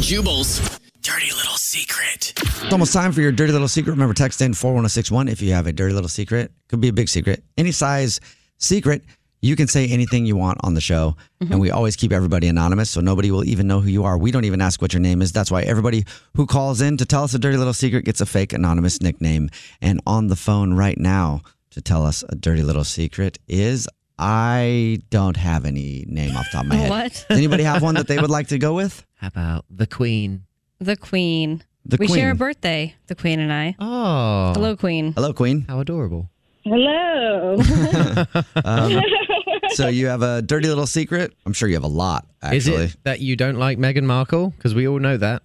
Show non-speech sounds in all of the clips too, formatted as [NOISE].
Jubal's dirty little secret. It's almost time for your dirty little secret. Remember, text in 41061 if you have a dirty little secret. Could be a big secret, any size secret. You can say anything you want on the show, and we always keep everybody anonymous, so nobody will even know who you are. We don't even ask what your name is. That's why everybody who calls in to tell us a dirty little secret gets a fake anonymous nickname. And on the phone right now to tell us a dirty little secret is I don't have any name off the top of my head. What? Does anybody have one that they would like to go with? How about the queen? The Queen. The we Queen. share a birthday, the Queen and I. Oh, Hello, Queen. Hello, Queen. How adorable. Hello. Um, so you have a dirty little secret? I'm sure you have a lot, actually. Is it that you don't like Meghan Markle? Because we all know that.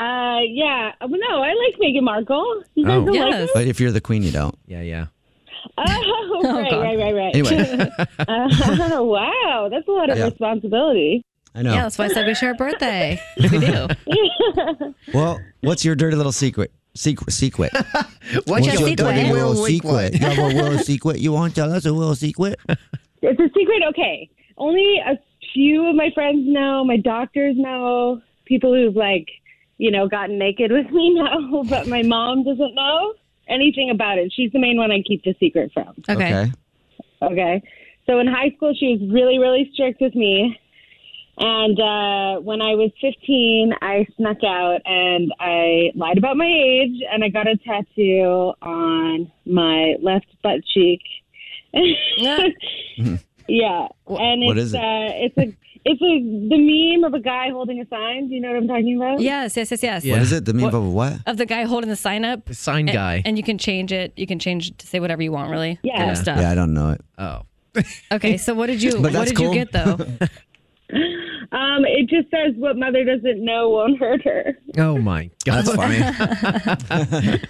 uh, yeah. Oh, No, I like Meghan Markle. You guys Oh. don't like Yes. her? But if you're the queen, you don't. Yeah, yeah. [LAUGHS] Oh, right, God. right, right, right. [LAUGHS] Anyway, Uh, wow, that's a lot of Yeah. responsibility. I know. Yeah, that's why I said we share a birthday. we do. Well, what's your dirty little secret? Secret. Secret. What's your secret? dirty little secret? You have a little [LAUGHS] secret you want to tell us? A little secret? It's a secret, okay. Only a few of my friends know, my doctors know, people who've, like, you know, gotten naked with me [LAUGHS] know, but my mom doesn't know anything about it. She's the main one I keep the secret from. Okay. Okay. So in high school, she was really, really strict with me. And uh, when I was 15, I snuck out and I lied about my age and I got a tattoo on my left butt [LAUGHS] cheek. yeah. And Mm-hmm. What it's is it? uh it's a it's a the meme of a guy holding a sign. Do you know what I'm talking about? Yes, yes, yes, yes. What Yeah. is it? The meme of a what? Of the guy holding the sign up. The sign And, guy. And you can change it. You can change it to say whatever you want, really. Yeah. Kind of stuff. Yeah, I don't know it. oh. Okay, so what did you But what that's did cool. you get though? Um it just says what mother doesn't know won't hurt her. Oh my god. That's [LAUGHS] funny.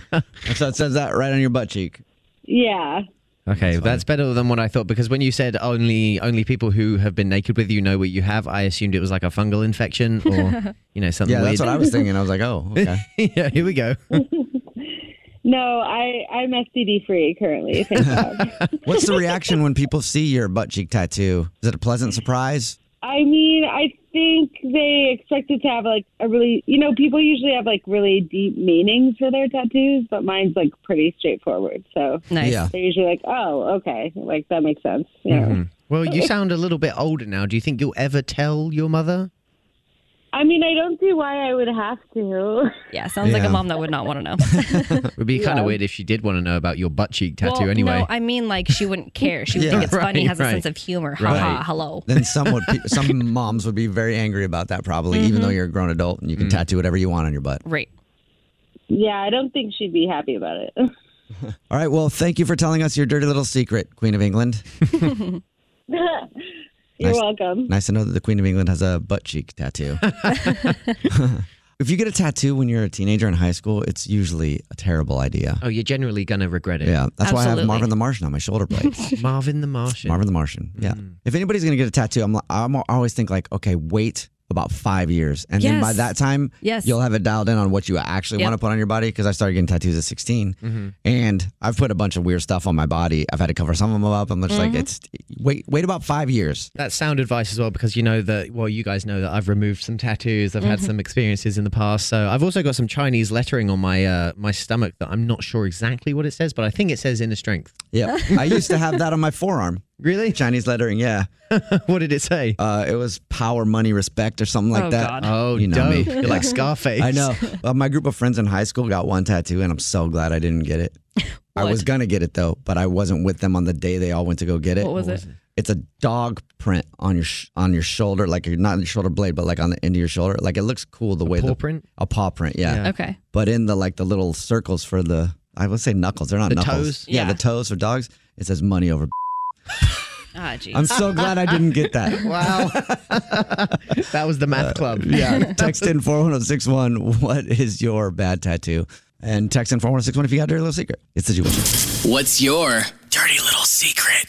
so it says that right on your butt cheek. Yeah. Okay, that's, better than what I thought because when you said only only people who have been naked with you know what you have, I assumed it was like a fungal infection or [LAUGHS] you know something Yeah, weird. that's what I was thinking. I was like, oh, [LAUGHS] okay. [LAUGHS] yeah, here we go. No, I I'm STD free currently. Thank [LAUGHS] God. What's the reaction when people see your butt cheek tattoo? Is it a pleasant surprise? I mean, I think they expected to have like a really, you know, people usually have like really deep meanings for their tattoos, but mine's like pretty straightforward. So Nice. Yeah. they're usually like, oh, okay, like that makes sense. Yeah. Well, you sound a little bit older now. Do you think you'll ever tell your mother? I mean, I don't see why I would have to. [LAUGHS] Yeah, sounds like Yeah. a mom that would not want to know. It would be kind of weird if she did want to know about your butt cheek tattoo well, anyway. No, I mean like she wouldn't care. She would Yeah. think it's funny, Right, has right. a sense of humor. Ha Right. ha, hello. Then some would, pe- some [LAUGHS] moms would be very angry about that, probably, even though you're a grown adult and you can tattoo whatever you want on your butt. Right. Yeah, I don't think she'd be happy about it. [LAUGHS] All right. Well, thank you for telling us your dirty little secret, Queen of England. You're Nice. welcome. Nice to know that the Queen of England has a butt cheek tattoo. [LAUGHS] if you get a tattoo when you're a teenager in high school, it's usually a terrible idea. oh, you're generally gonna regret it. Yeah. That's why I have Absolutely. Marvin the Martian on my shoulder blade. Marvin the Mm-hmm. Martian. Marvin the Martian. Yeah. If anybody's going to get a tattoo, I'm, li- I'm I always think like, okay, wait about five years. And then by Yes. that time, Yes. you'll have it dialed in on what you actually Yep. Mm-hmm. want to put on your body. Because I started getting tattoos at 16. And I've put a bunch of weird stuff on my body. I've had to cover some of them up. I'm just Mm-hmm. like, it's wait, wait about five years. That's sound advice as well, because you know that, well, you guys know that I've removed some tattoos. I've Mm-hmm. had some experiences in the past. So I've also got some Chinese lettering on my uh, my stomach that I'm not sure exactly what it says, but I think it says inner strength. Yeah. I used to have that on my forearm. Really? Chinese lettering, yeah. [LAUGHS] what did it say? Uh, it was power, money, respect, or something like Oh, that. God. oh, you know me. dope. You're like Scarface. Uh, I [LAUGHS] know. Uh, my group of friends in high school got one tattoo, and I'm so glad I didn't get it. I What? was gonna get it though, but I wasn't with them on the day they all went to go get it. What was What it? was it? It's a dog print on your sh- on your shoulder, like you're not on your shoulder blade, but like on the end of your shoulder. Like it looks cool the [LAUGHS] way Paw the print? a paw print, yeah. Yeah. Okay. But in the like the little circles for the I would say knuckles, they're not The knuckles. toes? Yeah, Yeah. the toes for dogs. It says money over. Ah, jeez. I'm [LAUGHS] so glad I didn't get that. Wow. [LAUGHS] that was the math club. [LAUGHS] Uh, [LAUGHS] [LAUGHS] Yeah. Text in 41061. What is your bad tattoo? And text in 41061 if you got a dirty little secret. It's the Jubal. What's your dirty little secret?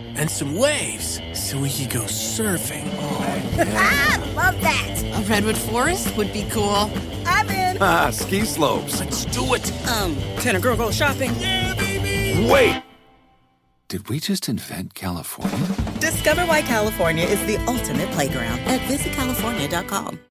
and some waves so we could go surfing. Ah, Love that. A redwood forest would be cool. I'm in. Ah, ski slopes. Let's do it. Um, can a girl go shopping? Wait. Did we just invent California? Discover why California is the ultimate playground at visitcalifornia.com.